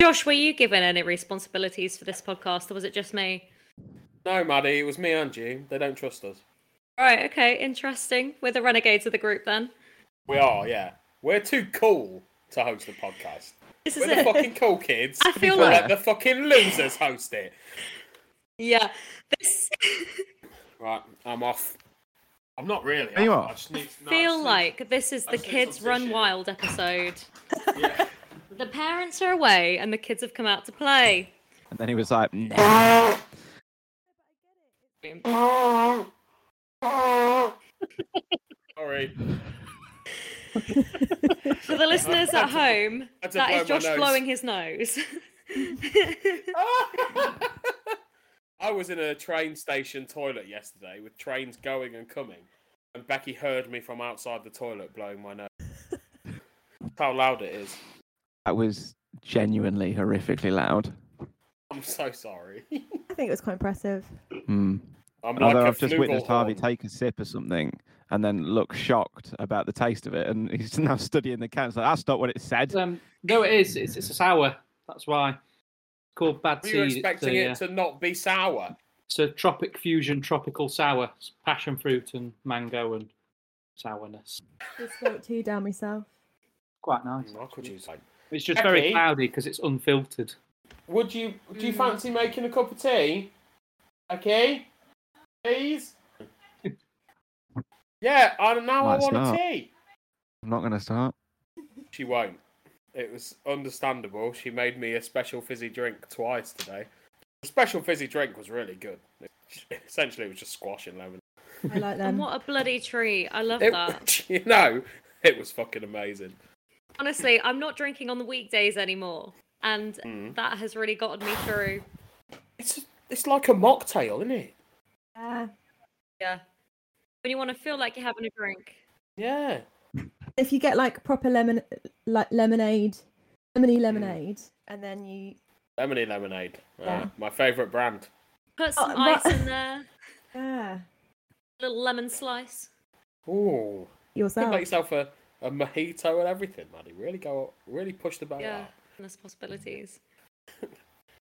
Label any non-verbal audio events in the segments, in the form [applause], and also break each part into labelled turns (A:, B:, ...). A: Josh, were you given any responsibilities for this podcast, or was it just me?
B: No, Maddie, it was me and you. They don't trust us.
A: Right, okay, interesting. We're the renegades of the group then.
B: We are, yeah. We're too cool to host the podcast.
A: This is
B: We're
A: [laughs]
B: the
A: it.
B: fucking cool kids.
A: I feel
B: We'll
A: like
B: let the fucking losers host it.
A: yeah.
B: [laughs]
A: This
B: Right, I'm off. I'm not really.
C: Are you
B: off.
C: off?
B: I just need no, I just
A: feel
B: need-
A: like this is
B: I
A: the
B: just need
A: kids
B: some
A: run
B: tissue.
A: wild episode.
B: Yeah.
A: The parents are away and the kids have come out to play.
C: And then he was like, nah.
B: Sorry. [laughs]
A: For the listeners at home,
B: Had to
A: that is
B: blow my
A: Josh
B: nose.
A: blowing his nose. [laughs]
B: I was in a train station toilet yesterday with trains going and coming, and Becky heard me from outside the toilet blowing
A: [laughs]
B: my nose. That's how loud it is.
C: That was genuinely horrifically loud.
B: I'm so sorry.
D: I think it was quite impressive.
C: Hmm.
B: I'm
C: And although
B: like a
C: I've just witnessed Harvey
B: flugelhorn.
C: take a sip of something and then look shocked about the taste of it, and [laughs] he's now studying the can. It's like, that's not what it said.
E: Um, no, it is. It's, it's a sour. That's why. It's called Bad
B: Were
E: Seed.
B: you
E: It's
B: expecting
E: a,
B: it
E: uh,
B: to not be sour?
E: it's a tropic fusion tropical sour. It's passion fruit and mango and sourness.
D: Just spoke too down myself.
E: Quite nice.
B: Michael Jew's like,
E: It's just very
B: Becky?
E: cloudy because it's unfiltered.
B: would you do
A: Mm.
B: you fancy making a cup of tea? Okay,
A: [laughs]
B: please. yeah, I now I
C: Might
B: want a
C: start.
B: tea.
C: I'm not going to start.
B: She won't. It was understandable. She made me a special fizzy drink twice today. The special fizzy drink was really good. [laughs] It- essentially, it was just squash and lemon.
D: I like
A: and
D: them.
A: what a bloody treat. I love that.
B: It, [laughs] you know, it was fucking amazing.
A: honestly, I'm not drinking on the weekdays anymore, and
B: Mm.
A: that has really gotten me through.
B: It's it's like a mocktail, isn't it?
D: Yeah.
A: Yeah, when you want to feel like you're having a drink.
B: Yeah.
D: If you get like proper lemon, like lemonade, lemony lemonade, Mm. and then you
B: Lemony lemonade. Uh,
D: Yeah.
B: My favourite brand.
A: Put some
D: Oh,
A: ice
D: but-
A: in there,
D: yeah
A: little lemon slice.
B: Ooh. You could
D: yourself.
B: make yourself a, a mojito and everything, Maddie. Really go, really push the
C: Oh,
B: boat
A: Yeah,
B: out.
A: endless possibilities.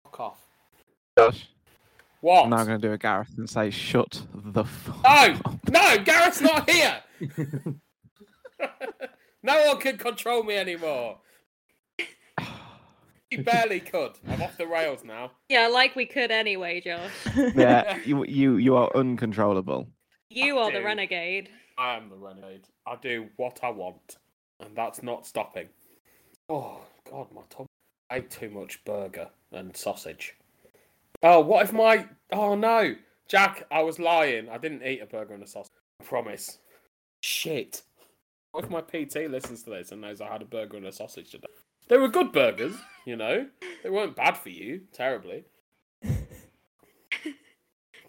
B: Fuck off.
C: Josh.
B: What?
C: I'm now going to do a Gareth and say, shut the fuck
B: No!
C: up. [laughs]
B: No, Gareth's not here. [laughs] no one can control me anymore. He barely could. I'm off the rails now.
A: Yeah, like we could anyway,
C: [laughs]
A: Josh.
C: Yeah, you, you, you are uncontrollable.
A: You are the
B: do.
A: renegade.
B: I am the renegade. I do what I want, and that's not stopping. Oh God, my tummy. I ate too much burger and sausage. Oh, what if my? Oh no, Jack, I was lying. I didn't eat a burger and a sausage. I promise. Shit. What if my PT listens to this and knows I had a burger and a sausage today? They were good burgers, you know. They weren't bad for you, terribly. I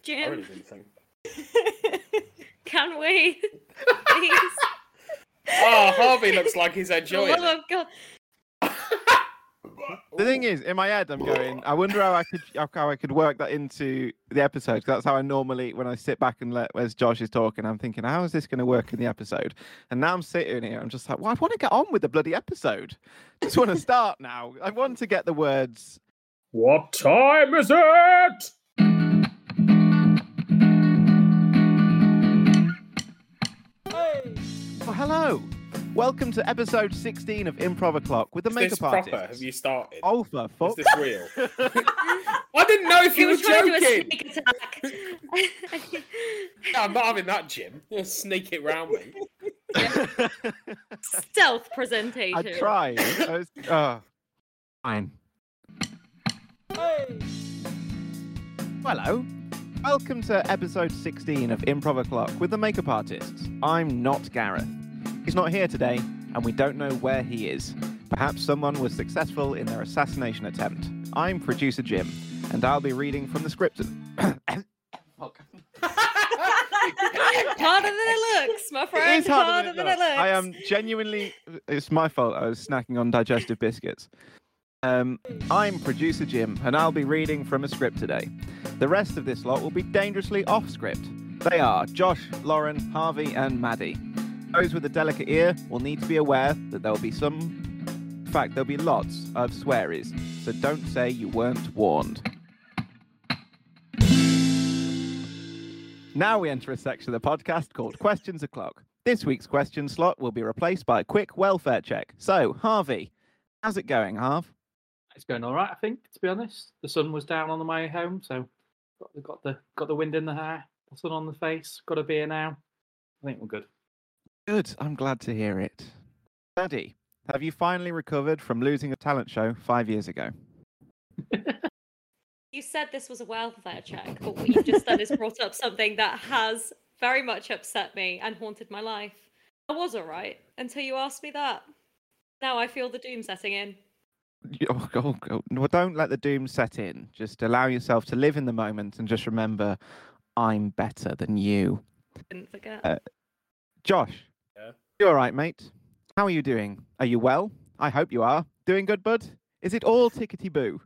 A: Jim,
B: really didn't [laughs] think.
A: can
C: [laughs]
A: we? Please,
B: Oh, Harvey looks like he's
A: for the love
B: enjoying. it.
A: of God.
C: The thing is, in my head, I'm going. I wonder how I could how I could work that into the episode. 'cause that's how I normally, when I sit back and let as Josh is talking, I'm thinking, how is this going to work in the episode? And now I'm sitting here, I'm just like, well, I want to get on with the bloody episode. Just want to start now. I want to get the words.
B: What time is it?
C: Well, "Oh, hello, welcome to episode 16 of Improv O'clock with the
B: Is this
C: makeup
B: proper?
C: artist.
B: Have you started?
C: Oh for
B: is
C: fuck!
B: this
A: [laughs]
B: real? I didn't know if
A: He
B: you were
A: was trying to do a
B: joking.
A: sneak attack.
B: No, I'm not having that, Jim. You'll sneak it round me.
A: [laughs] Stealth presentation.
C: I tried. I was, oh, fine. Hello. Welcome to episode 16 of Improv O'Clock with the Makeup Artists. I'm not Gareth. He's not here today, and we don't know where he is. Perhaps someone was successful in their assassination attempt. I'm producer Jim, and I'll be reading from the script. [clears throat] Fuck.
A: Harder than it looks, my friend.
C: It is harder, than, it looks.
A: looks.
C: I am genuinely. It's my fault. I was snacking on digestive biscuits. Um, I'm producer Jim, and I'll be reading from a script today. The rest of this lot will be dangerously off script. They are Josh, Lauren, Harvey, and Maddie. Those with a delicate ear will need to be aware that there will be some. In fact, there'll be lots of swearies. so don't say you weren't warned. Now we enter a section of the podcast called Questions O'Clock. This week's question slot will be replaced by a quick welfare check. So, Harvey, how's it going, Harv?
E: It's going all right, I think. To be honest, the sun was down on the way home, so got the got the, got the wind in the hair, the sun on the face. Got a beer now. I think we're good.
C: Good. I'm glad to hear it. Daddy, have you finally recovered from losing a talent show five years ago?
A: You said this was a welfare check, but what you've just done is brought up something that has very much upset me and haunted my life. I was all right until you asked me that. Now I feel the doom setting in.
C: Y- Oh, go- go- Well, don't let the doom set in. Just allow yourself to live in the moment and just remember, I'm better than you.
A: Didn't forget.
C: Uh, Josh,
B: Yeah?
C: you all right, mate? How are you doing? Are you well? I hope you are. Doing good, bud? Is it all tickety boo?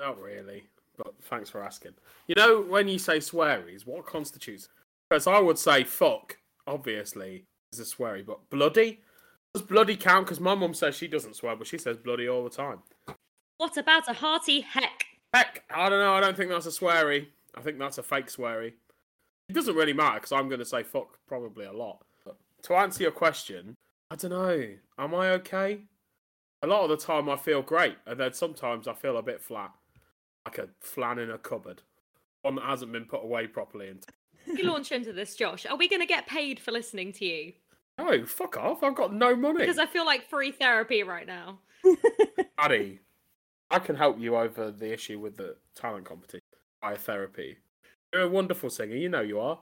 B: Not really, but thanks for asking. You know, when you say swearies, what constitutes? Because I would say fuck, obviously, is a sweary, but bloody? Does bloody count? Because my mum says she doesn't swear, but she says bloody all the time.
A: what about a hearty heck?
B: Heck, I don't know, I don't think that's a sweary. I think that's a fake sweary. It doesn't really matter, because I'm going to say fuck probably a lot. But to answer your question, I don't know, am I okay? A lot of the time I feel great, and then sometimes I feel a bit flat. Like a flan in a cupboard. One that hasn't been put away properly. And...
A: You launch into this, Josh. Are we going to get paid for listening to you?
B: No, fuck off, I've got no money.
A: Because I feel like free therapy right now.
B: Addy, I can help you over the issue with the talent competition by therapy. You're a wonderful singer, you know you are.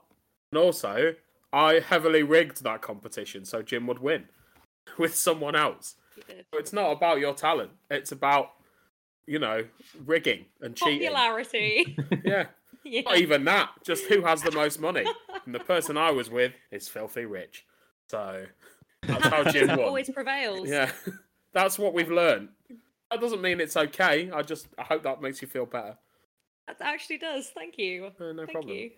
B: And also, I heavily rigged that competition so Jim would win [laughs] with someone else.
A: You did.
B: So it's not about your talent, it's about, you know, rigging and cheating. [laughs]
A: Popularity.
B: Yeah,
A: yeah.
B: not even that, just who has the most money. And the person I was with is filthy rich. So that's how Jim won.
A: always prevails.
B: Yeah, [laughs] that's what we've learned. That doesn't mean it's okay. I just I hope that makes you feel better.
A: That actually does. Thank you.
B: Uh, no
A: Thank
B: problem.
A: you.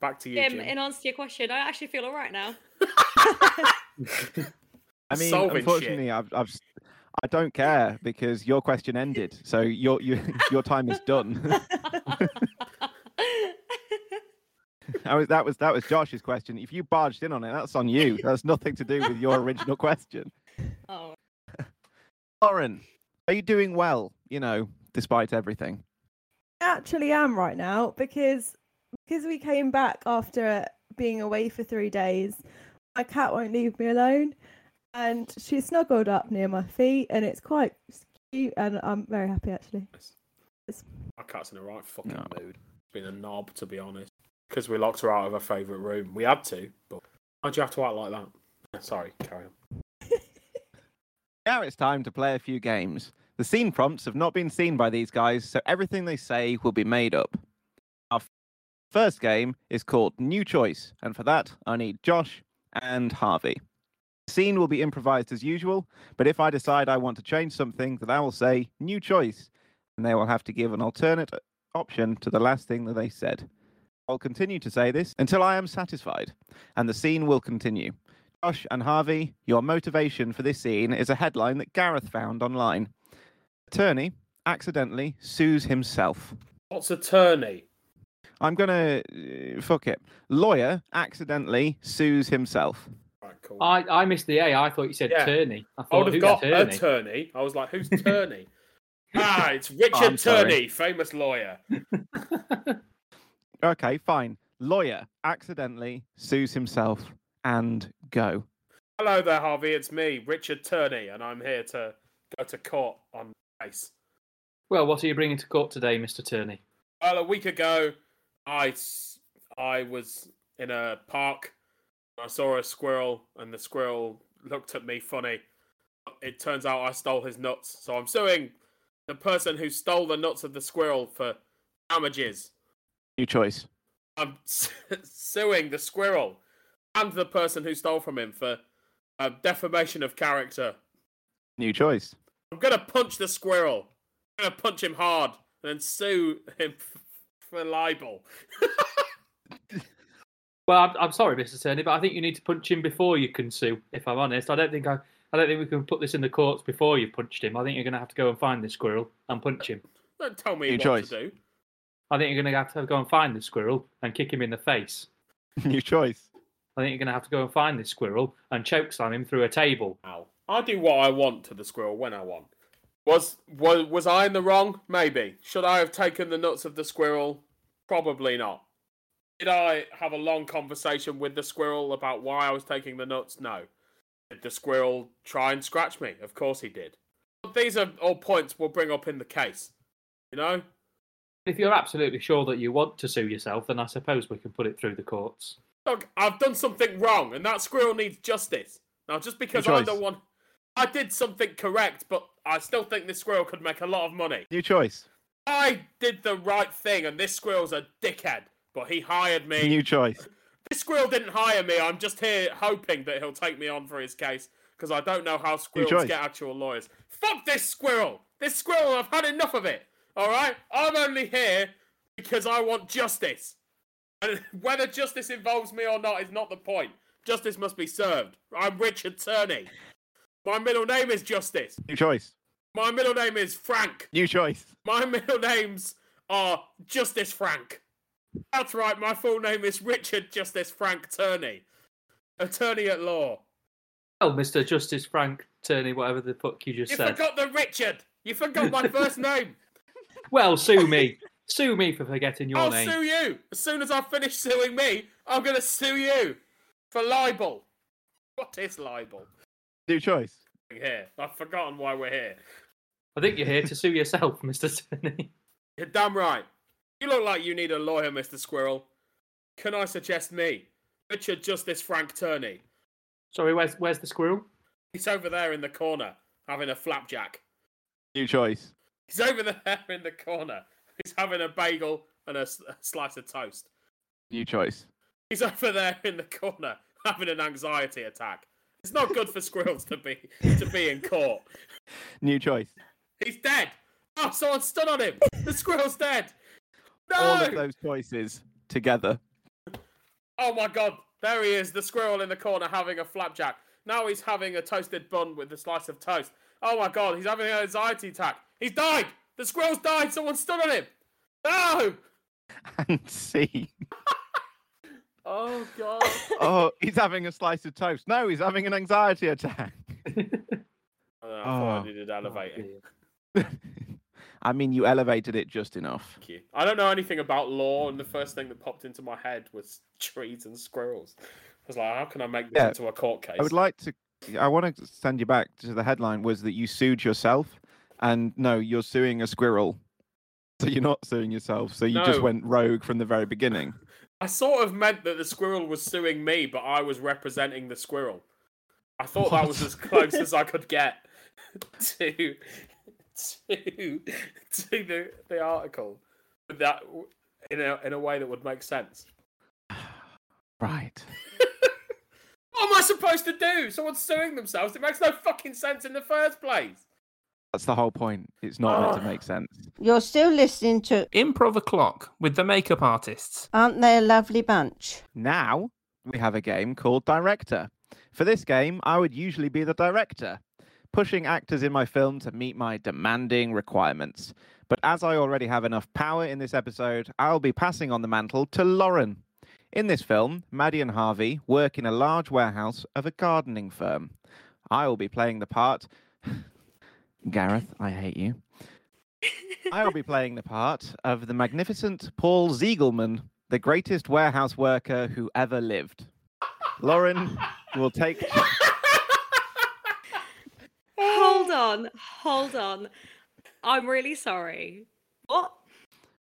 B: Back to you,
A: Jim,
B: Jim.
A: in answer to your question, I actually feel all right now.
C: I mean,
B: Solving shit.
C: unfortunately, I've, I've, s- I don't care because your question ended, so your your [laughs] your time is done. [laughs] I was, that was that was Josh's question. If you barged in on it, that's on you. That's nothing to do with your original [laughs] question.
A: oh,
C: Lauren, are you doing well? You know, despite everything.
D: actually am right now because because we came back after being away for three days. My cat won't leave me alone, and she snuggled up near my feet, and it's quite cute, and I'm very happy actually.
B: My cat's in a right fucking
C: No.
B: mood. Been a knob to be honest, because we locked her out of her favourite room. We had to, but why'd you have to act like that? Sorry, carry on.
C: Now it's time to play a few games. The scene prompts have not been seen by these guys, so everything they say will be made up. Our f- first game is called New Choice, and for that, I need Josh and Harvey. The scene will be improvised as usual, but if I decide I want to change something, then I will say New Choice, and they will have to give an alternate option to the last thing that they said. I'll continue to say this until I am satisfied, and the scene will continue. Josh and Harvey, your motivation for this scene is a headline that Gareth found online. Attorney accidentally sues himself.
B: What's attorney?
C: I'm gonna uh, fuck it. Lawyer accidentally sues himself.
B: Right, cool. I,
E: I, I missed the A. I thought you said
B: Yeah.
E: Turney. I thought
B: would have
E: who's
B: got
E: Turney?
B: attorney. I was like, who's attorney? ah, it's Richard
C: I'm sorry.
B: Turney, famous lawyer.
C: Okay, fine. Lawyer accidentally sues himself and go.
B: Hello there, Harvey. It's me, Richard Turney, and I'm here to go to court on case.
E: well, what are you bringing to court today, Mister Turney?
B: Well, a week ago, I s- I was in a park. I saw a squirrel, and the squirrel looked at me funny. It turns out I stole his nuts, so I'm suing the person who stole the nuts of the squirrel for damages.
C: New choice.
B: I'm s- [laughs] suing the squirrel and the person who stole from him for uh, defamation of character.
C: New choice. [laughs]
B: I'm gonna punch the squirrel. I'm gonna punch him hard and then sue him [laughs] f- for libel.
E: Well, I'm, I'm sorry, Mister Turney, but I think you need to punch him before you can sue. If I'm honest, I don't think I I don't think we can put this in the courts before you've punched him. I think you're going to have to go and find this squirrel and punch him.
B: Don't tell me
C: Your
B: what
C: choice.
B: to do.
E: I think you're going to have to go and find this squirrel and kick him in the face.
C: New choice.
E: I think you're going to have to go and find this squirrel and choke slam him through a table.
B: Ow. I do what I want to the squirrel when I want. Was was was I in the wrong? Maybe. Should I have taken the nuts of the squirrel? Probably not. Did I have a long conversation with the squirrel about why I was taking the nuts? No. Did the squirrel try and scratch me? Of course he did. But these are all points we'll bring up in the case. You know?
E: If you're absolutely sure that you want to sue yourself, then I suppose we can put it through the courts.
B: Look, I've done something wrong, and that squirrel needs justice. Now, just because
C: Good
B: I'm
C: choice.
B: the one, I did something correct, but I still think this squirrel could make a lot of money.
C: New choice.
B: I did the right thing, and this squirrel's a dickhead, but he hired me.
C: New choice.
B: This squirrel didn't hire me. I'm just here hoping that he'll take me on for his case because I don't know how squirrels
C: choice.
B: get actual lawyers. Fuck this squirrel! This squirrel, I've had enough of it. All right, I'm only here because I want justice, and [laughs] whether justice involves me or not is not the point. Justice must be served. I'm Richard Turney. My middle name is Justice.
C: New choice.
B: My middle name is Frank.
C: New choice.
B: My [laughs] middle names are Justice Frank. That's right, my full name is Richard Justice Frank Turney. Attorney at law.
E: Well, Mr. Justice Frank Turney, whatever the fuck you just
B: You
E: said.
B: forgot the Richard! You forgot
E: [laughs]
B: my first name!
E: Well, sue me. sue me for forgetting your
B: I'll
E: name.
B: sue you! As soon as I finish suing me, I'm gonna sue you! For libel. What is libel?
C: New choice.
B: Here. I've forgotten why we're here.
E: I think you're here to sue yourself, [laughs] Mr. Turney.
B: You're damn right. You look like you need a lawyer, Mr. Squirrel. Can I suggest me? Richard Justice Frank Turney.
E: Sorry, where's where's the squirrel?
B: He's over there in the corner, having a flapjack.
C: New choice.
B: He's over there in the corner. He's having a bagel and a, s- a slice of toast.
C: New choice.
B: He's over there in the corner having an anxiety attack. It's not good for squirrels to be to be in court.
C: New choice.
B: He's dead. Oh, someone stood on him. The squirrel's dead.
C: All of
B: No.
C: those choices together.
B: Oh my god. There he is, the squirrel in the corner having a flapjack. Now he's having a toasted bun with a slice of toast. Oh my god, he's having an anxiety attack. He's died. The squirrel's died. Someone stood on him. No.
C: And C.
B: Oh god.
C: [laughs] Oh, he's having a slice of toast. No, he's having an anxiety attack. [laughs]
B: I don't know, I thought
C: Oh,
B: I needed elevating.
C: I mean, you elevated it just enough.
B: Thank you. I don't know anything about law, and the first thing that popped into my head was [laughs] trees and squirrels. I was like, how can I make this
C: Yeah.
B: into a court case?
C: I would like to. I want to send you back to the headline was that you sued yourself, and no, you're suing a squirrel. So you're not suing yourself. So you just
B: No.
C: went rogue from the very beginning.
B: I sort of meant that the squirrel was suing me, but I was representing the squirrel. I thought that was
C: What?
B: as close as I could get [laughs] to to to the, the article. But That in a in a way that would make sense.
C: Right.
B: What am I supposed to do? Someone's suing themselves. It makes no fucking sense in the first place.
C: That's the whole point. It's not meant to
B: Ugh.
C: make sense.
F: You're still listening to
G: Improv a clock with the makeup artists.
F: Aren't They a Lovely Bunch?
C: Now we have a game called Director. For this game, I would usually be the director, pushing actors in my film to meet my demanding requirements. But as I already have enough power in this episode, I'll be passing on the mantle to Lauren. In this film, Maddie and Harvey work in a large warehouse of a gardening firm. I will be playing the part. [sighs] Gareth, I hate you. I will be playing the part of the magnificent Paul Ziegelman, the greatest warehouse worker who ever lived. Lauren will take.
A: Hold on, hold on. I'm really sorry. What?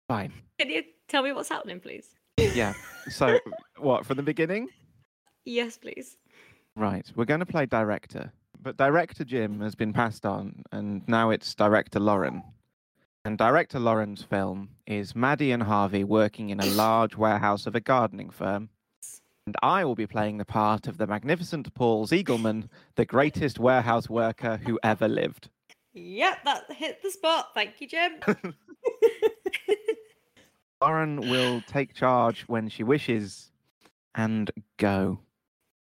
C: Fine.
A: Can you tell me what's happening, please?
C: Yeah. So, what, from the beginning?
A: Yes, please.
C: Right. We're going to play director. But director Jim has been passed on, and now it's director Lauren. And director Lauren's film is Maddie and Harvey working in a large warehouse of a gardening firm. And I will be playing the part of the magnificent Paul Ziegelman, the greatest warehouse worker who ever lived.
A: Yep, that hit the spot. Thank you, Jim.
C: Lauren will take charge when she wishes and go.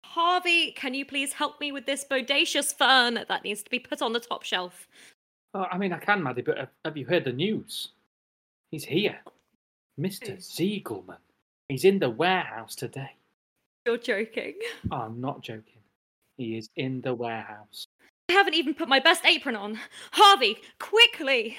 A: Harvey, can you please help me with this bodacious fern that needs to be put on the top shelf?
E: Oh, I mean, I can, Maddie, but have, have you heard the news? He's here. Mr.
A: Who?
E: Ziegelman. He's in the warehouse today. Oh,
A: You're joking.
E: I'm not joking. He is in the warehouse.
A: I haven't even put my best apron on. Harvey, quickly!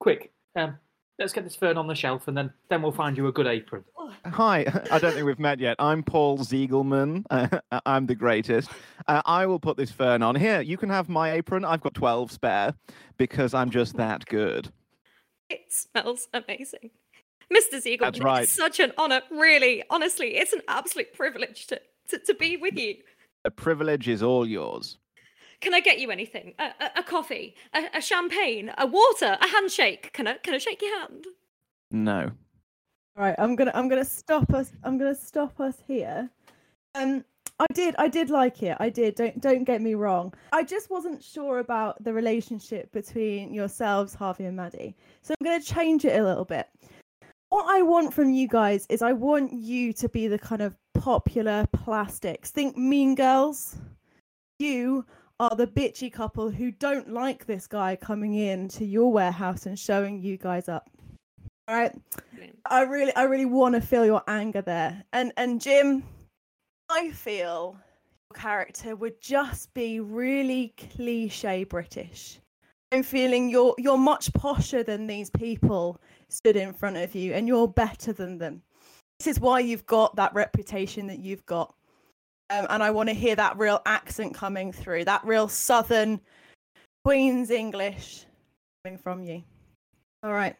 E: Quick, um, let's get this fern on the shelf and then, then we'll find you a good apron.
C: Hi, [laughs] I don't think we've met yet. I'm Paul Ziegelman. [laughs] Uh, I'm the greatest. Uh, I will put this fern on. Here, you can have my apron. I've got 12 spare because I'm just that good.
A: It smells amazing. Mr. Ziegel,
C: That's right.
A: it's such an honor. Really, honestly, it's an absolute privilege to, to, to be with you.
C: The privilege is all yours.
A: Can I get you anything? A, a, a coffee, a, a champagne, a water, a handshake. Can I can I shake your hand?
C: No.
D: All right, I'm gonna I'm gonna stop us. I'm gonna stop us here. Um, I did I did like it. I did. Don't don't get me wrong. I just wasn't sure about the relationship between yourselves, Harvey and Maddie. So I'm gonna change it a little bit. What I want from you guys is I want you to be the kind of popular plastics. Think Mean Girls. You are the bitchy couple who don't like this guy coming in to your warehouse and showing you guys up. All right.
A: Brilliant.
D: I really, I really want to feel your anger there. And and Jim, I feel your character would just be really cliche British. I'm feeling you're you're much posher than these people stood in front of you, and you're better than them. This is why you've got that reputation that you've got. Um, and I want to hear that real accent coming through, that real Southern Queen's English coming from you. All right,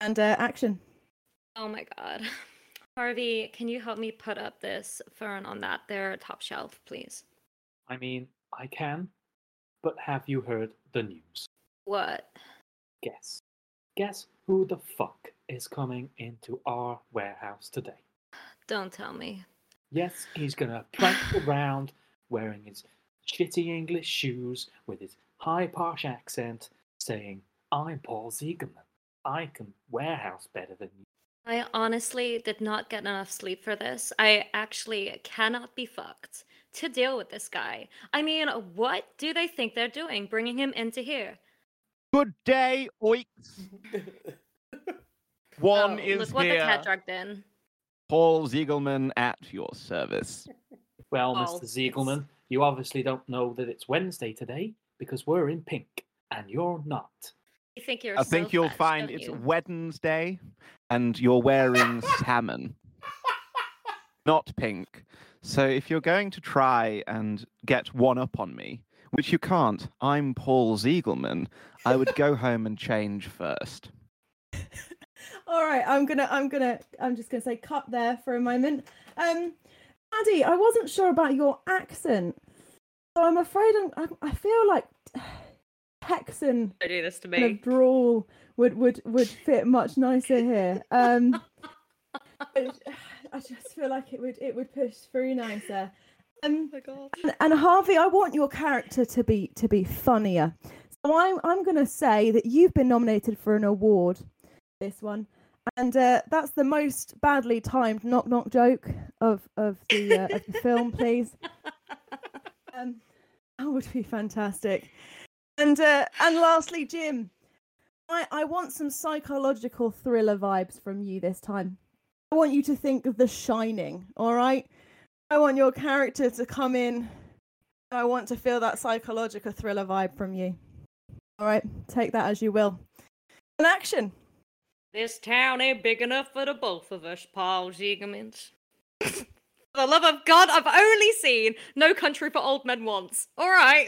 D: and uh, action.
A: Oh my god. Harvey, can you help me put up this fern on that there top shelf, please?
E: I mean, I can, but have you heard the news?
A: What?
E: Guess. Guess who the fuck is coming into our warehouse today?
A: Don't tell me.
E: Yes, he's gonna prank around wearing his shitty English shoes with his high posh accent, saying, I'm Paul Ziegelman. I can warehouse better than you.
A: I honestly did not get enough sleep for this. I actually cannot be fucked to deal with this guy. I mean, what do they think they're doing bringing him into here?
C: Good day, oiks. One
A: Oh,
C: is
A: look what the
C: here.
A: cat dragged in.
C: Paul Ziegelman at your service.
E: Well,
A: Oh,
E: Mr. Ziegelman, you obviously don't know that it's Wednesday today because we're in pink and you're not.
A: You think you're
C: I think
A: so
C: you'll
A: fetch,
C: find
A: don't
C: it's
A: you?
C: Wednesday and you're wearing salmon, not pink. So if you're going to try and get one up on me, which you can't, I'm Paul Ziegelman, I would go home and change first.
D: All right, I'm gonna, I'm gonna, I'm just gonna say cut there for a moment. Um, Maddie, I wasn't sure about your accent, so I'm afraid I'm, I'm I feel like [sighs] Texan
A: Don't do this to
D: kind of drawl would would would fit much nicer here.
A: [laughs]
D: Um, but I [sighs] just feel like it would it would push through nicer. Um,
A: Oh my god.
D: and, and Harvey, I want your character to be to be funnier. So I'm I'm going to say that you've been nominated for an award, this one, and uh, that's the most badly timed knock knock joke of of the uh, of the film. Please, um, that would be fantastic. And uh, and lastly, Jim, I I want some psychological thriller vibes from you this time. I want you to think of The Shining. All right. I want your character to come in. I want to feel that psychological thriller vibe from you. All right, take that as you will. An action. [laughs]
A: This town ain't big enough for the both of us, Paul [laughs] Ziegemans. for the love of God, I've only seen No Country for Old Men once. All [laughs] right.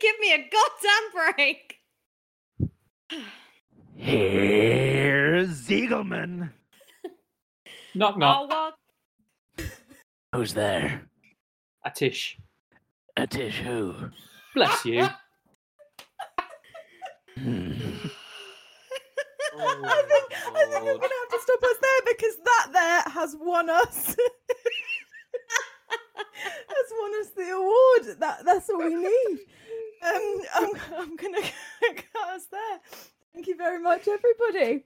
A: Give me a goddamn break.
C: Here's Ziegelman.
E: Knock, knock.
A: I'll walk.
C: Who's there?
E: A tish.
C: A tissue.
E: Bless you.
D: I think I think I'm gonna have to stop us there because that there has won us. [laughs] has won us the award. That that's all we need. Um, I'm I'm gonna [laughs] cut us there. Thank you very much, everybody.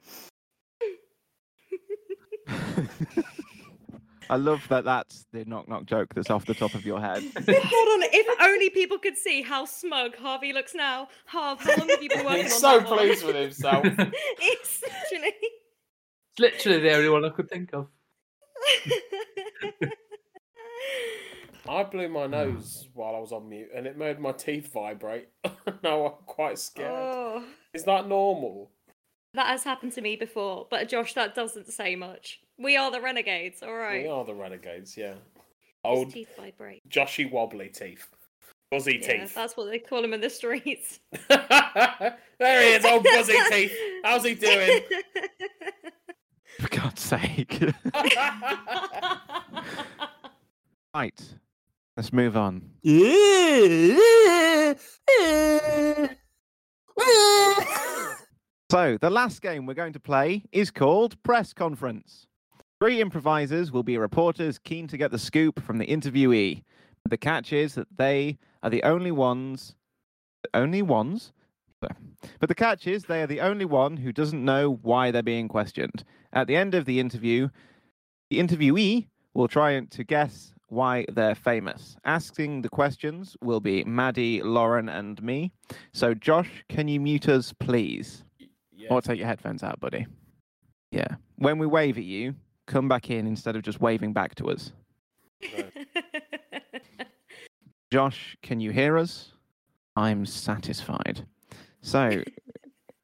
C: I love that that's the knock knock joke that's off the top of your [laughs] head.
A: Hold on, if only people could see how smug Harvey looks now. Harv, how long have you
B: [laughs]
A: been working
H: He's
A: on
H: so
A: that one?
H: pleased with himself.
A: [laughs] It's
B: [laughs]
A: literally.
E: It's literally the only one I could think of.
B: I blew my nose while I was on mute, and it made my teeth vibrate. [laughs] now I'm quite scared.
A: oh,
B: Is that normal?
A: that has happened to me before, but Josh, that doesn't say much. We are the renegades, all right.
B: We are the renegades, yeah.
A: His
B: Old
A: teeth vibrate.
B: Joshy wobbly teeth, fuzzy
A: Yeah,
B: teeth.
A: that's what they call him in the streets.
B: [laughs] there he
A: [laughs]
B: is, old fuzzy teeth. [laughs] How's he doing?
C: For God's sake. right. Let's move on. So, the last game we're going to play is called Press Conference. Three improvisers will be reporters keen to get the scoop from the interviewee. But the catch is that they are the only ones. Only ones? But the catch is they are the only one who doesn't know why they're being questioned. At the end of the interview, the interviewee will try and- to guess why they're famous. Asking the questions will be Maddie, Lauren, and me. So, Josh, can you mute us, please?
B: Yeah.
C: Or take your headphones out, buddy. Yeah. When we wave at you, come back in instead of just waving back to us. Josh, can you hear us? I'm satisfied. So,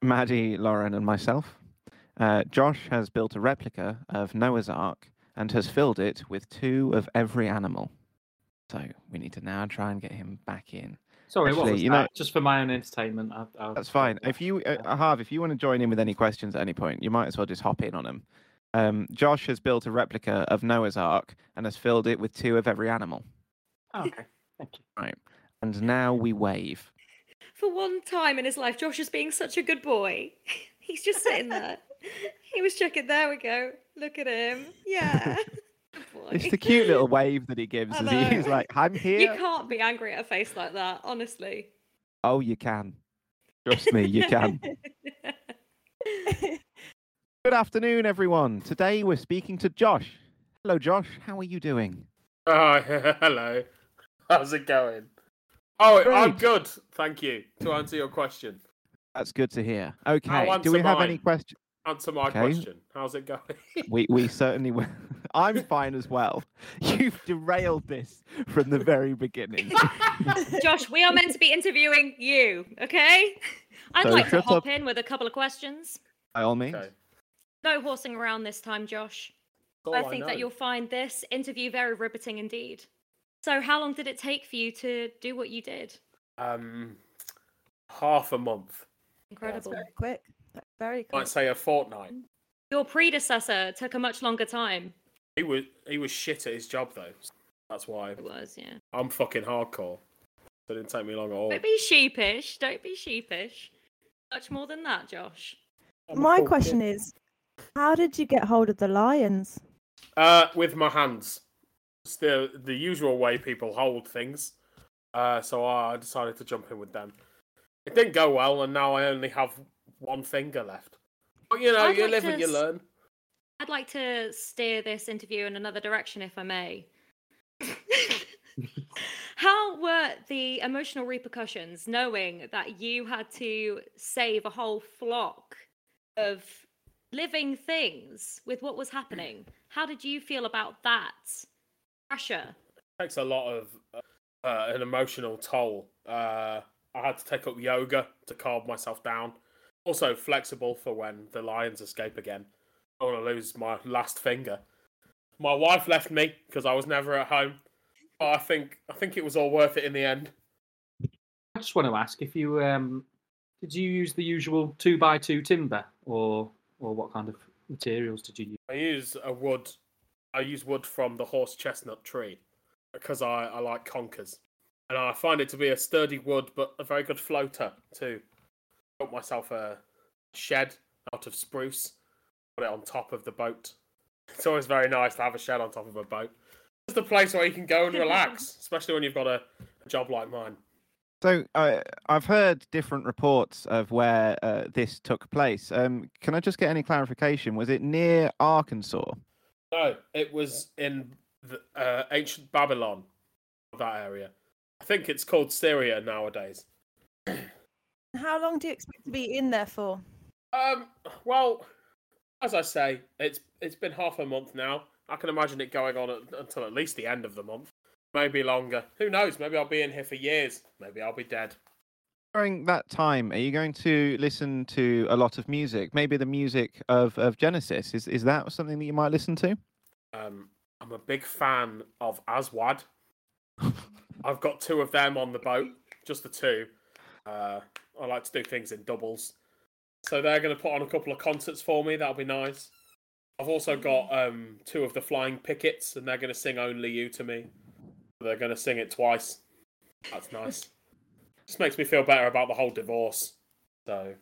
C: Maddie, Lauren, and myself. Uh, Josh has built a replica of Noah's Ark and has filled it with two of every animal. So, we need to now try and get him back in.
E: Sorry, what
C: Actually,
E: was
C: you know-
E: that? Just for my own entertainment. I, I,
C: That's fine. If you, uh, Harv, if you want to join in with any questions at any point, you might as well just hop in on them. Um, Josh has built a replica of Noah's Ark and has filled it with two of every animal.
E: Oh, okay, thank you.
C: And now we wave.
A: For one time in his life, Josh is being such a good boy. [laughs] He's just sitting there. He was checking. There we go. Look at him.
C: [laughs]
A: Yeah. Good boy.
C: It's the cute little wave that he gives
A: I
C: as he- he's
A: know.
C: like,
A: [laughs]
C: I'm
A: You
C: here.
A: can't be angry at a face like that, honestly. [laughs]
C: Oh, you can. Trust me, you can. Good afternoon, everyone. Today we're speaking to Josh. Hello, Josh. How are you doing?
B: Hi, Oh, [laughs] hello. How's it going? Oh, I'm
C: Great.
B: good. Thank you. To answer your question,
C: That's good to hear. Okay.
B: answer
C: Do we have any
B: mine.
C: questions?
B: answer my
C: Okay.
B: question. How's it going? [laughs]
C: We we certainly will. [laughs] I'm fine as well. [laughs] You've derailed this from the very
A: [laughs]
C: beginning.
A: Josh, we are meant to be interviewing you, okay? I'd
C: So
A: like to
C: shut
A: hop
C: up.
A: in with a couple of questions.
C: By all means.
B: Okay.
A: No horsing around this time, Josh.
C: Oh,
B: That's all
A: I think that
B: know.
A: you'll find this interview very riveting indeed. So, how long did it take for you to do what you did?
B: um half a month.
A: Incredible.
D: Very quick. Very quick.
B: I'd say a fortnight.
A: Your predecessor took a much longer time.
B: He was he was shit at his job though. That's why
A: It was, yeah.
B: I'm fucking hardcore. So it didn't take me long at all.
A: Don't be sheepish. Don't be sheepish. Much more than that, Josh.
B: I'm a
D: My
B: cool
D: question
B: kid.
D: is, how did you get hold of the lions?
B: uh, with my hands. It's the the usual way people hold things. Uh, so I decided to jump in with them. It didn't go well, and now I only have one finger left. But you know,
A: I'd
B: you
A: like
B: live
A: to
B: and you
A: s-
B: learn.
A: I'd like to steer this interview in another direction, if I may. How were the emotional repercussions knowing that you had to save a whole flock of living things with what was happening? How did you feel about that pressure?
B: takes a lot of uh, an emotional toll. Uh, I had to take up yoga to calm myself down. Also flexible for when the lions escape again. I want to lose my last finger. My wife left me because I was never at home. But I think I think it was all worth it in the end.
E: I just want to ask if you um, did you use the usual two by two timber or or what kind of materials did you use?
B: I use a wood. I use wood from the horse chestnut tree because I, I like conkers, and I find it to be a sturdy wood, but a very good floater too. Built myself a shed out of spruce, put it on top of the boat. [laughs] It's always very nice to have a shed on top of a boat. It's the place where you can go and relax, especially when you've got a, a job like mine.
C: So uh, I've heard different reports of where uh, this took place. Um, can I just get any clarification? Was it near Arkansas?
B: No, it was in the, uh, ancient Babylon, that area. I think it's called Syria nowadays.
D: How long do you expect to be in there for?
B: Um, well, as I say, it's it's been half a month now. I can imagine it going on at, until at least the end of the month, maybe longer. Who knows? Maybe I'll be in here for years. Maybe I'll be dead.
C: During that time, are you going to listen to a lot of music? Maybe the music of, of Genesis. Is is that something that you might listen to?
B: Um, I'm a big fan of Aswad. I've got two of them on the boat, just the two. Uh, I like to do things in doubles, so they're going to put on a couple of concerts for me. That'll be nice. I've also got um, two of the Flying Pickets, and they're going to sing "Only You" to me. They're going to sing it twice. That's nice. Just makes me feel better about the whole divorce. So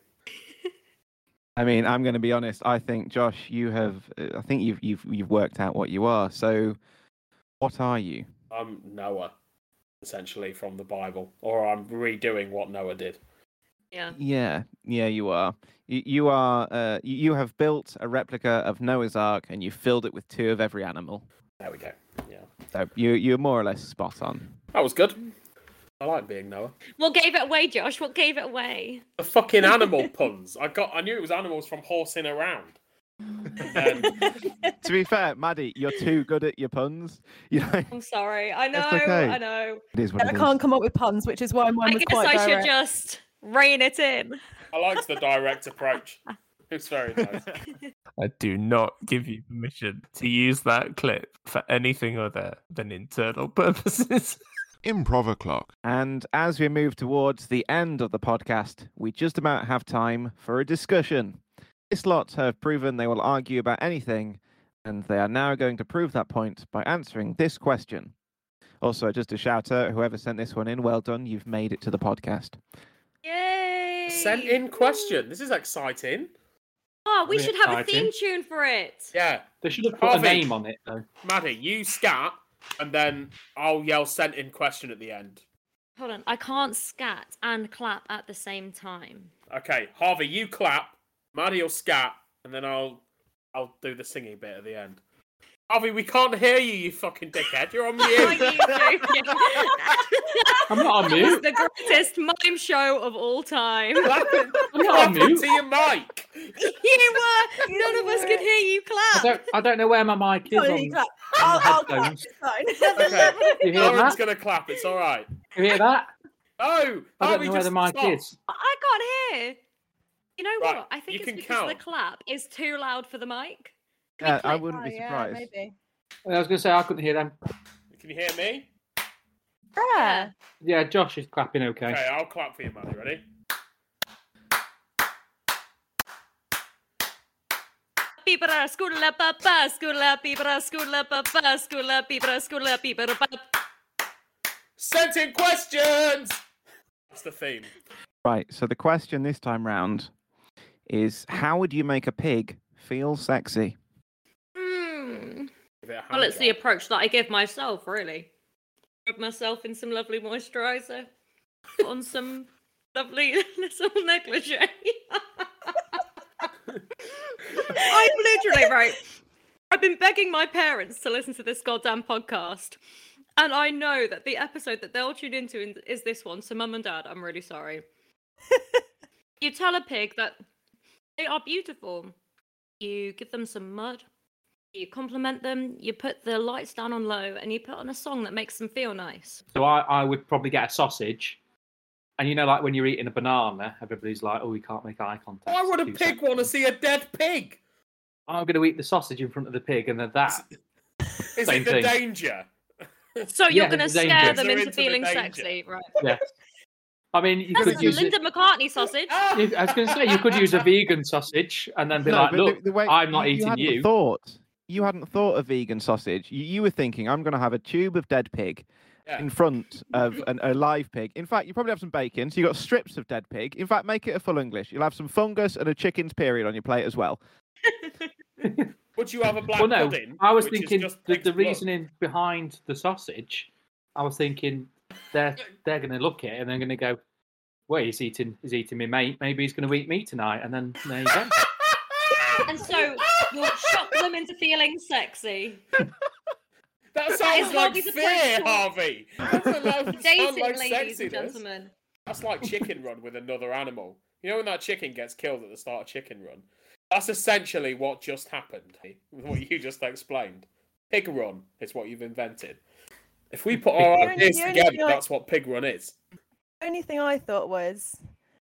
C: I mean, I'm going to be honest. I think Josh, you have. uh, I think you've you've you've worked out what you are. So, what are you?
B: I'm Noah, essentially from the Bible, or I'm redoing what Noah did.
A: Yeah.
C: Yeah, yeah, you are. You, you are. Uh, you, you have built a replica of Noah's Ark, and you filled it with two of every animal.
B: There we go. Yeah,
C: So you you're more or less spot on.
B: that was good. I like being Noah.
A: What gave it away, Josh? What gave it away?
B: The fucking animal puns. I got. I knew it was animals from horsing around. Um,
C: to be fair, Maddie, you're too good at your puns. [laughs] You know,
A: I'm sorry. I know.
C: That's okay.
A: I know.
C: it is what
D: And I
C: it is.
D: can't come up with puns, which is why mine
A: I
D: was
A: guess
D: quite
A: I should
D: direct.
A: just rein it in.
B: I liked the direct approach. It's very nice.
G: I do not give you permission to use that clip for anything other than internal [laughs] purposes.
H: Improv o'clock.
C: And as we move towards the end of the podcast, we just about have time for a discussion. This lot have proven they will argue about anything, and they are now going to prove that point by answering this question. Also, just a shout out, whoever sent this one in, well done, you've made it to the podcast.
A: Yay!
B: Sent in question. This is exciting.
A: Oh, we
E: Really
A: should have a theme
E: exciting.
A: tune for it.
B: Yeah,
E: They should have put a
B: Harvey.
E: name on it, though.
B: Maddie, you scat, and then I'll yell "sent in question" at the end.
A: Hold on. I can't scat and clap at the same
B: [laughs]
A: time.
B: Okay, Harvey, you clap. Maddie will scat, and then I'll I'll do the singing bit at the end. Harvey, we can't hear you, you fucking dickhead.
A: [laughs]
B: You're on
A: Are you
B: mute.
A: joking?
B: [laughs]
A: that
E: I'm not on
A: was
E: mute.
A: the greatest mime show of all
B: [laughs]
A: time.
B: clap it,
E: I'm not
B: clap
E: on
B: it
E: mute.
B: to your mic.
A: you were. None of us could hear you
E: I
A: clap.
E: don't, I don't know where my mic is.
D: Sorry,
E: On.
D: clap. I'll, I'll clap. [laughs]
E: headphones.
D: It's fine.
B: Okay,
E: You hear
B: Lauren's
E: that?
B: gonna clap. It's all right.
E: You hear that?
B: No,
E: I don't
B: Harvey
E: know where
B: just
E: the mic
B: stopped.
E: is.
A: I can't hear. You know
B: Right,
A: what? I think it's
B: you can
A: because the
B: count.
A: clap is too loud for the mic. Can we
C: Yeah, Uh, I
A: click-
C: wouldn't be surprised.
D: maybe.
E: I was going to say I couldn't hear them.
B: Can you hear me?
D: Yeah.
E: Yeah, Josh is clapping okay.
B: Okay, I'll clap for you, Maddie. Ready?
A: Beepera, scoodla, ba, ba, scoodla, beepera, scoodla, ba, ba, scoodla, beepera, scoodla, beepera, ba.
B: Sent in questions. That's the theme.
C: Right, so the question this time round is how would you make a pig feel sexy?
A: Hmm.
B: Give it a hand
A: Well, it's the
B: job.
A: approach that I give myself, really. Rub myself in some lovely moisturiser, put on some lovely [laughs] little negligee. I'm literally right. I've been begging my parents to listen to this goddamn podcast. And I know that the episode that they'll tune into in- is this one. So, mum and dad, I'm really sorry. you tell a pig that they are beautiful. You give them some mud, you compliment them, you put the lights down on low, and you put on a song that makes them feel
B: [laughs]
A: nice.
E: So I, I would probably get a sausage. And you know, like when you're eating a banana, everybody's like, oh, we can't make eye contact.
B: Why would a
E: Two
B: pig
E: seconds.
B: want to see a dead pig?
E: I'm going to eat the sausage in front of the pig and then that.
B: Is
E: Same
B: it the
E: thing.
B: danger?
A: So you're
E: Yeah,
A: going to
E: it's
A: scare them
E: dangerous.
B: They're
A: into
B: into the
A: feeling
B: danger.
A: sexy, right?
E: Yes. I mean, you
A: That's
E: could
A: a
E: use it.
A: Linda McCartney
B: [laughs]
A: sausage.
B: Ah!
E: you- I was going to say, you could use a vegan sausage and then be
C: No,
E: like,
C: but the-
E: look,
C: the way-
E: I'm not eating
C: hadn't
E: you.
C: Thought you hadn't thought of vegan sausage. You, you were thinking I'm going to have a tube of dead pig
B: Yeah.
C: in front [laughs] of an, a live pig. In fact, you probably have some bacon. So you got strips of dead pig. In fact, make it a full English. You'll have some fungus and a chicken's period on your plate as well.
B: Would you have a black
E: Well, no,
B: pudding?
E: I was
B: which is
E: thinking
B: just
E: the,
B: pig's
E: the
B: blood?
E: reasoning behind the sausage. I was thinking they're they're going to look at it and they're going to go, "Well, he's eating he's eating me mate. Maybe he's going to eat me tonight." And then there you go.
A: and so you'll shock them into feeling
B: [laughs]
A: sexy.
B: That
A: That
B: sounds
A: is
B: like
A: Harvey's approach
B: fear,
A: to-
B: Harvey.
A: [laughs]
B: That doesn't sound
A: Dating,
B: like
A: ladies and
B: sexiness.
A: gentlemen.
B: That's like Chicken Run with another animal. You know when that chicken gets killed at the start of Chicken Run? That's essentially what just happened. [laughs] eh, What you just explained. Pig Run is what you've invented. If we put our
D: The only-
B: ideas
D: the only
B: together,
D: thing I-
B: that's what Pig Run is.
D: only thing I thought was,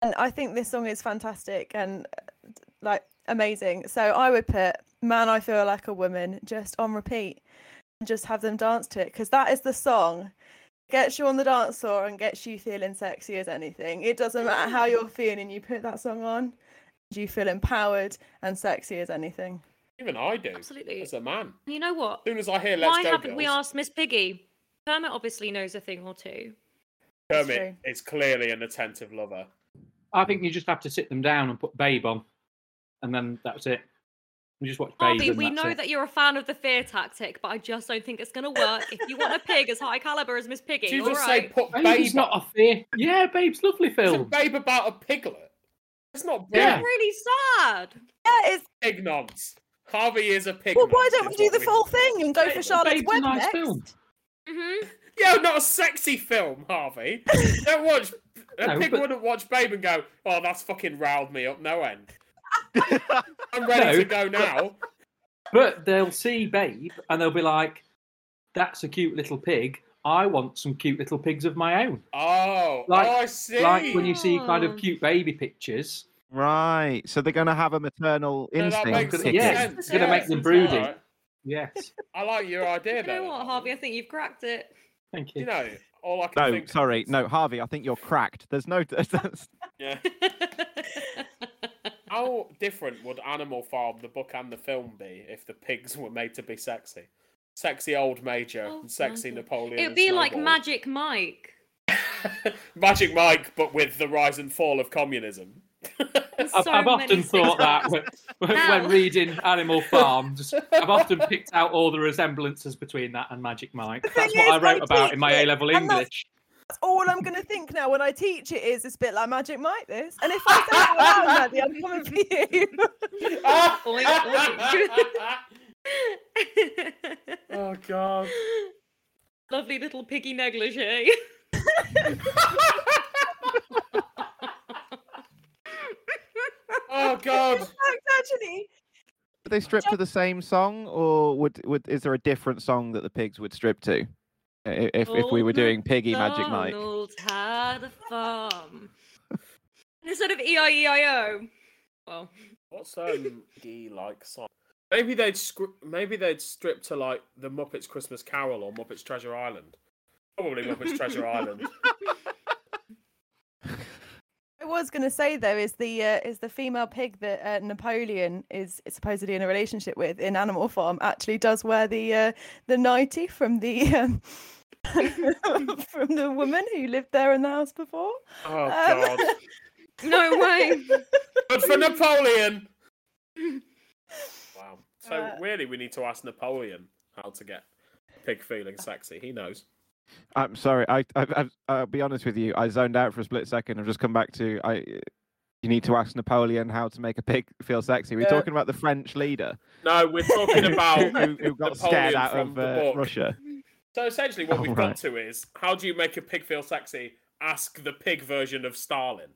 D: and I think this song is fantastic and uh, d- like amazing. So I would put "Man, I Feel Like a Woman" just on repeat and just have them dance to it because that is the song gets you on the dance floor and gets you feeling sexy as anything. It doesn't matter how you're feeling, you put that song on, and you feel empowered and sexy as anything.
B: Even I do.
A: Absolutely.
B: As a man.
A: And You know what?
B: As soon as I hear Let's
A: Why
B: Go
A: haven't
B: Girls,
A: we asked Miss Piggy? Kermit obviously knows a thing or two.
D: That's
B: Kermit is clearly an attentive lover.
E: I think you just have to sit them down and put Babe on, and then that's it. You just watch Babe.
A: Harvey,
E: and
A: we
E: that's
A: know
E: it.
A: that you're a fan of the fear tactic, but I just don't think it's going to work. If you want a pig as high caliber as Miss Piggy,
B: Do you
A: all
B: just
A: right.
B: say put
E: Babe's
B: babe?
E: not
B: on?
E: a fear. Yeah, Babe's lovely
B: It's a
E: film.
B: babe about a piglet. It's not
E: Yeah.
B: yeah.
A: That's really sad.
D: Yeah, it's
B: pig nonce. Harvey is a pig.
D: well. Why
B: nonce
D: don't we
B: is
D: do
B: what
D: the full thing and go
B: Babe-
D: for Charlotte's
E: Babe's a
D: Web
E: nice
D: next?
E: film.
A: hmm
B: Yeah, not a sexy film, Harvey. Don't watch. A
E: No,
B: pig
E: but-
B: wouldn't watch Babe and go, "Oh, that's fucking riled me up no end." I'm ready
E: No,
B: to go now.
E: But they'll see Babe and they'll be like, "That's a cute little pig. I want some cute little pigs of my own."
B: Oh,
E: Like-
B: oh, I see.
E: Like when you see kind of
A: Mm.
E: cute baby pictures,
C: Right. So they're going to have a maternal
B: No, that
C: instinct.
B: makes
E: kick
B: sense.
E: in.
B: Yeah,
E: It's gonna make them
B: it's
E: broody.
B: alright.
E: yes.
B: I like your idea.
A: You know
B: though,
A: what, Harvey? I think you've cracked
E: [laughs]
A: it.
E: Thank
B: You
E: you.
B: know, all I can
C: No,
B: think.
C: sorry. No, Harvey, I think you're cracked. There's no. [laughs] that's-
B: Yeah. How different would Animal Farm, the book and the film, be if the pigs were made to be sexy? Sexy old Major
A: Oh my
B: and sexy
A: God.
B: Napoleon.
A: It'd
B: and
A: be like
B: Snowball.
A: Magic Mike.
B: Magic Mike, but with the rise and fall of
D: [laughs]
B: communism.
A: There's
E: I've,
A: so
E: I've
A: many
E: often thought that
A: sitcoms.
E: when, [laughs] when,
A: Now-
E: when reading Animal Farm, just- I've often picked out all the resemblances between that and Magic Mike.
D: thing
E: That's what I
D: is,
E: wrote
D: they
E: about
D: teach
E: in my
D: it,
E: A level
D: and that's-
E: English.
D: That's all I'm gonna think now when I teach it is it's a bit like Magic Mike this. And if I say it out loud, Maddie, I'm coming for you.
A: Oink, oink.
D: [laughs]
B: oh god.
A: [laughs] Lovely little piggy negligee.
B: Oh
D: In
B: god.
D: fact, actually,
C: Would they strip to the same song, or would, would is there a different song that the pigs would strip to? I- If if we were
A: Old
C: doing Piggy Magic Mike.
A: Donald had a farm. Instead of E E-I-E-I-O. Well,
B: What's um Gee like song? Maybe they'd scri- maybe they'd strip to like the Muppets Christmas Carol or Muppets Treasure Island. Probably Muppets Treasure Island.
D: I was gonna say though is the uh, is the female pig that uh, Napoleon is supposedly in a relationship with in Animal Farm actually does wear the uh, the nightie from the um, [laughs] from the woman who lived there in the house before.
B: [laughs] Oh
D: Um,
B: god.
E: [laughs]
A: no way.
B: Good for Napoleon. Wow. So
D: Uh,
B: really we need to ask Napoleon how to get pig feeling sexy. He knows.
C: I'm sorry. I, I, I I'll be honest with you. I zoned out for a split second. I've just come back to I. You need to ask Napoleon how to make a pig feel sexy. We're
B: Yeah.
C: talking about the French leader
B: No, we're talking [laughs]
C: who,
B: about
C: [laughs] who- who got
B: Napoleon
C: scared out
B: from
C: of
B: the
C: uh,
B: book.
C: Russia.
B: So essentially, what
C: [laughs] Oh,
B: we've
C: right.
B: got to is how do you make a pig feel sexy? Ask the pig version of
A: [laughs]
B: Stalin.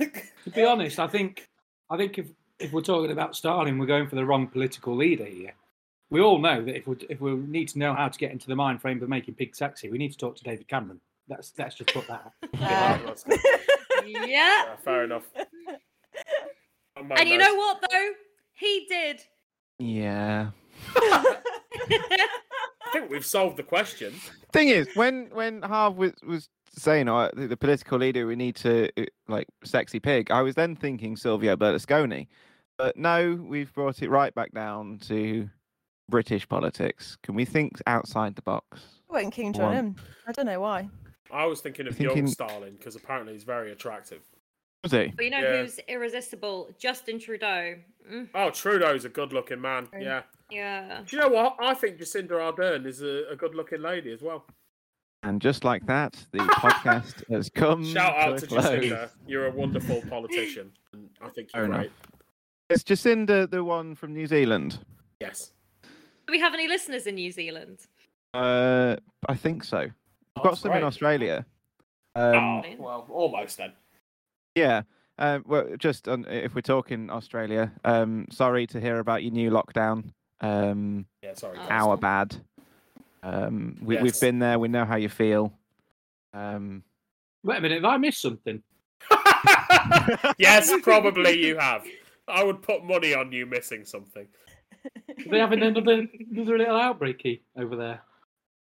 E: To be honest, I think I think if if we're talking about Stalin, we're going for the wrong political leader here. We all know that if we if we need to know how to get into the mind frame for making pig sexy, we need to talk to David Cameron. That's let's just put that. Out.
D: Uh,
B: That's-
A: yeah.
B: yeah, uh,
A: [laughs]
B: fair enough. On my
A: And you
B: notes.
A: know what though? He did. [laughs]
C: yeah.
B: I think we've solved the question.
C: Thing is, when when Harv was was saying, "Oh, the, the political leader, we need to uh, like sexy pig," I was then thinking Silvio Berlusconi, but no, we've brought it right back down to British politics. Can we think outside the box?
D: I went King
C: One.
D: John M. I don't know why.
B: I was thinking of young
C: Thinking-
B: Stalin because apparently he's very attractive.
C: Was he?
A: But you know
B: Yeah.
A: who's irresistible? Justin Trudeau. Mm,
B: Oh, Trudeau's a good-looking man.
D: True.
B: Yeah.
A: yeah.
B: Do you know what? I think Jacinda Ardern is a, a good-looking lady as well.
C: And just like that,
B: [laughs]
C: the podcast has come
B: Shout out to
C: to a Mm, close.
B: Jacinda. You're a wonderful
A: [laughs]
B: politician. And I think you're
C: Fair enough.
B: right.
C: It's Jacinda, the one from New Zealand.
B: Yes.
A: Do we have any listeners in New Zealand?
C: Uh, I think so. I've got
B: that's
C: some in
B: great.
C: Australia. Um,
B: oh, well, almost then.
C: Yeah. Uh, well, just on, if we're talking Australia, um, sorry to hear about your new lockdown. Um,
B: Yeah, sorry.
A: Oh.
B: guys.
C: our bad. Um, we, We've
B: Yes.
C: been there. We know how you feel. Um,
E: Wait a minute, have I missed something?
B: yes, probably you have. I would put money on you missing something.
E: Are they having another, another little outbreaky over there?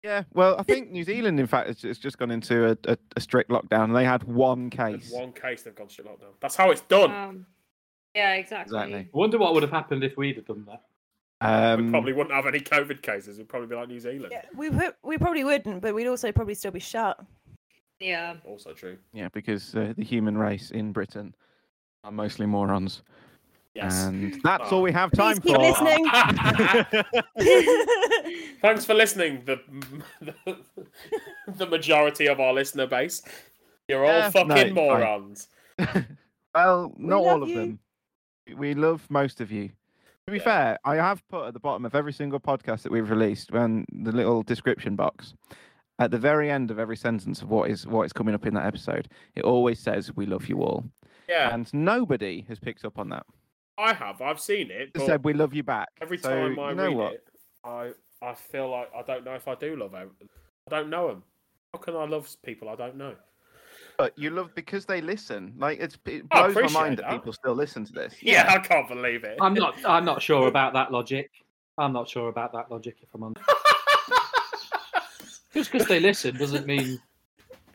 C: yeah. Well, I think New Zealand, in fact, has has just gone into a, a, a strict lockdown. and They had one
B: In
C: case.
B: one case, they've gone straight lockdown. That's how it's done.
A: Um, yeah, exactly.
C: Exactly.
E: I wonder what would have happened if we'd have done that.
B: we
C: Um,
B: probably wouldn't have any COVID cases. We'd probably be like New Zealand.
D: Yeah, we wo- we probably wouldn't, but we'd also probably still be shut.
A: Yeah.
B: Also true.
C: Yeah, because uh, the human race in Britain are mostly morons.
B: Yes.
C: And that's
B: Oh.
C: all we have time
D: keep
C: for.
D: listening. [laughs]
B: Thanks for listening, the, [laughs] the the majority of our listener base. You're all
C: Yeah, no,
B: fucking
C: fine.
B: morons.
C: well, not all
D: love
C: of
D: you.
C: them. We love most of you. To be
B: Yeah.
C: fair, I have put at the bottom of every single podcast that we've released, when the little description box, at the very end of every sentence of what is what is coming up in that episode, it always says "We love you all,"
B: Yeah,
C: and nobody has picked up on that.
B: I have. I've seen it.
C: It
B: but
C: said "We love you back."
B: every
C: So,
B: time I
C: you know
B: read
C: what?
B: it, I I feel like I don't know if I do love them. I don't know them. How can I love people I don't know?
C: But you love because they listen. Like it's, it
B: Oh, I
C: blows my
B: appreciate
C: mind that.
B: that.
C: people still listen to this.
B: Yeah, I can't believe it.
E: I'm not. I'm not sure about that logic. I'm not sure about that logic. If I'm honest, just because they listen doesn't mean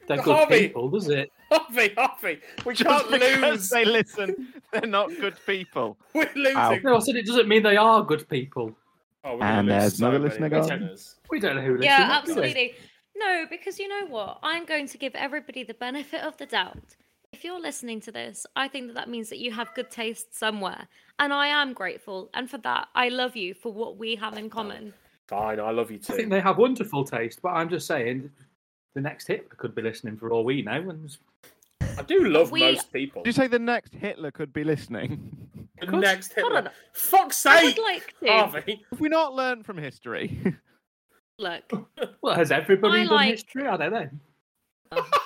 E: they're good
B: Harvey.
E: people, does it?
B: [laughs] Harvey, Harvey, we
C: [laughs] Just
B: can't
C: because
B: lose.
C: they listen, they're not good people.
B: [laughs] We're losing.
C: Ow.
E: No, I said it doesn't mean they are good people.
B: Oh, we're gonna
C: And
B: lose
C: there's another
B: many
C: listener gone.
B: listeners.
E: We don't know who listens.
A: Yeah,
E: do we?
A: absolutely. No, because you know what? I'm going to give everybody the benefit of the doubt. If you're listening to this, I think that that means that you have good taste somewhere. And I am grateful. And for that, I love you for what we have in common.
B: Fine, I love you too.
E: I think they have wonderful taste, but I'm just saying, the next hit could be listening for all we know. And
B: I do love
A: We-
B: most people.
C: Did you say the next Hitler could be listening? [laughs]
B: The
E: Could-
B: next
A: Hold
B: Hitler.
A: on.
B: Fuck's
A: I would
B: sake,
A: like to
B: Harvey. [laughs]
C: Have we not learned from history?
A: look.
E: well, has everybody
A: I
E: done
A: like-
E: history? I don't know.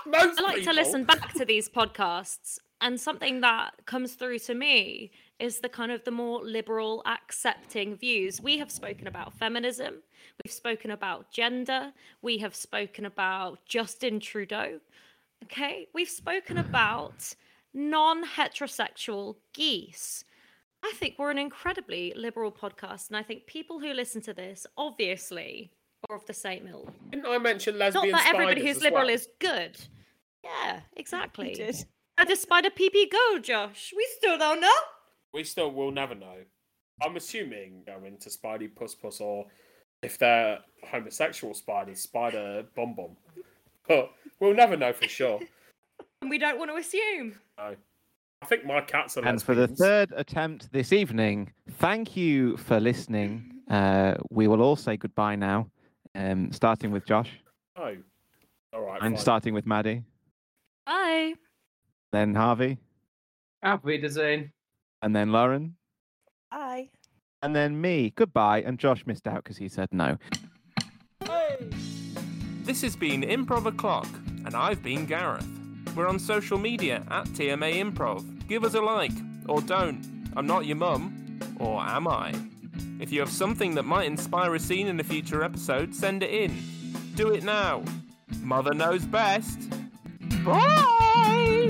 B: Most
A: I like to
B: people.
A: listen back to these podcasts, and something that comes through to me is the kind of the more liberal, accepting views. We have spoken about feminism, we've spoken about gender, we have spoken about Justin Trudeau. Okay, we've spoken about non-heterosexual geese. I think we're an incredibly liberal podcast, and I think people who listen to this obviously are of the same ilk.
B: Didn't I mention
A: Not
B: lesbian
A: that everybody
B: spiders
A: who's
B: as
A: liberal
B: well?
A: is good. Yeah, exactly.
D: We did.
A: And despite a PP go, Josh, we still don't know.
B: We still will never know. I'm assuming they're into Spidey Puss Puss or if they're homosexual Spidey, Spider Bum Bum. But we'll never know for sure.
A: And we don't want to assume.
B: I think my cats are
C: and for the
B: lesbians.
C: third attempt this evening, thank you for listening. Uh, we will all say goodbye now, um, starting with Josh
B: Oh. All right.
C: and
B: fine.
C: starting with Maddie,
A: Bye.
C: then Harvey,
E: Happy design.
C: and then Lauren,
D: Bye.
C: and then me. Goodbye. And Josh missed out because he said no.
G: This has been Improv O'Clock, and I've been Gareth. We're on social media at TMA Improv. Give us a like, or don't. I'm not your mum, or am I? If you have something that might inspire a scene in a future episode, send it in. Do it now. Mother knows best. Bye!